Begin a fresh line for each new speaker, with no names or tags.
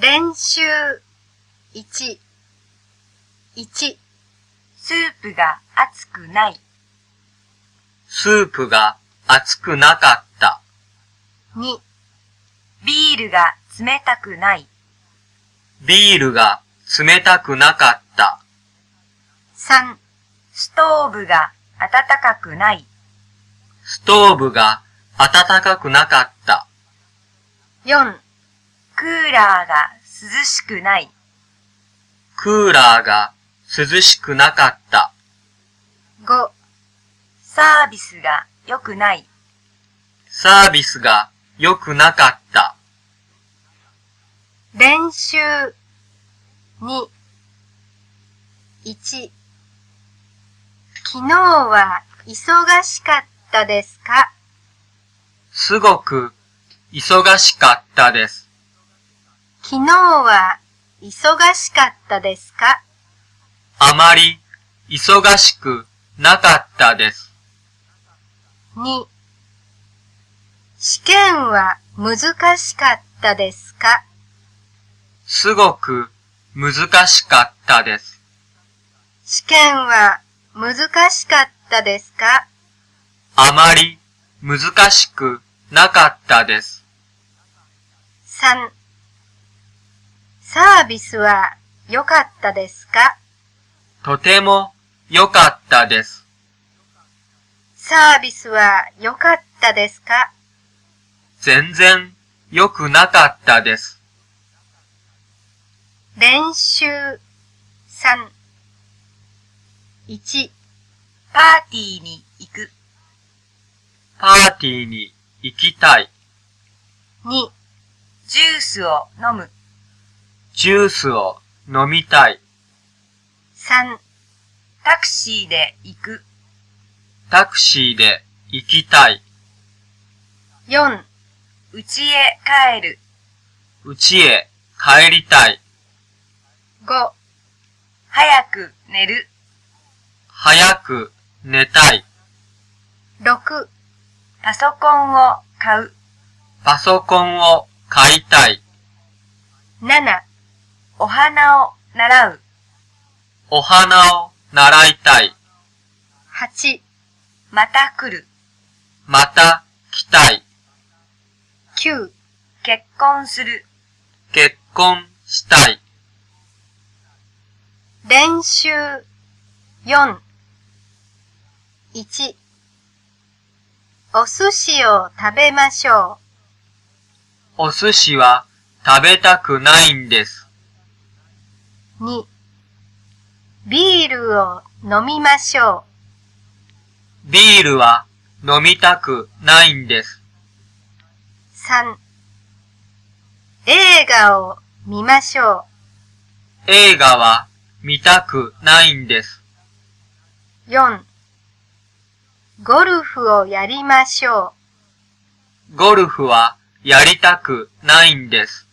練習1、1、スープが熱くない。
スープが熱くなかった。
2、ビールが冷たくない。
ビールが冷たくなかった。
3、ストーブが暖かくない。
ストーブが暖かくなかった。
4、クーラーが涼しくない。
クーラーが涼しくなかった。
5、サービスが良くない。
サービスが良くなかった。
練習2、1、昨日は忙しかったですか
すごく忙しかったです。
昨日は忙しかったですか
あまり忙しくなかったです。
?2 試験は難しかったですか
すごく難しかったです。
試験は難しかったですか
あまり難しくなかったです。
?3 サービスは良かったですか
とても良かったです。
サービスは良かったですか
全然良くなかったです。
練習3 1パーティーに行く
パーティーに行きたい。
2ジュースを飲む
ジュースを飲みたい。
3タクシーで行く
タクシーで行きたい。
4家へ帰る
家へ帰りたい。
5早く寝る
早く寝たい。
6パソコンを買う
パソコンを買いたい。
7お花を習う
お花を習いたい。
8また来る
また来たい。
9結婚する
結婚したい。
練習4 1お寿司を食べましょ
お寿司は食べたくないんです。
う2ビールを飲みましょ
ビールは飲みたくないんです。
う3映画を見ましょ
映画は見たくないんです。
う4ゴルフをやりましょ
ゴルフはやりたくないんです。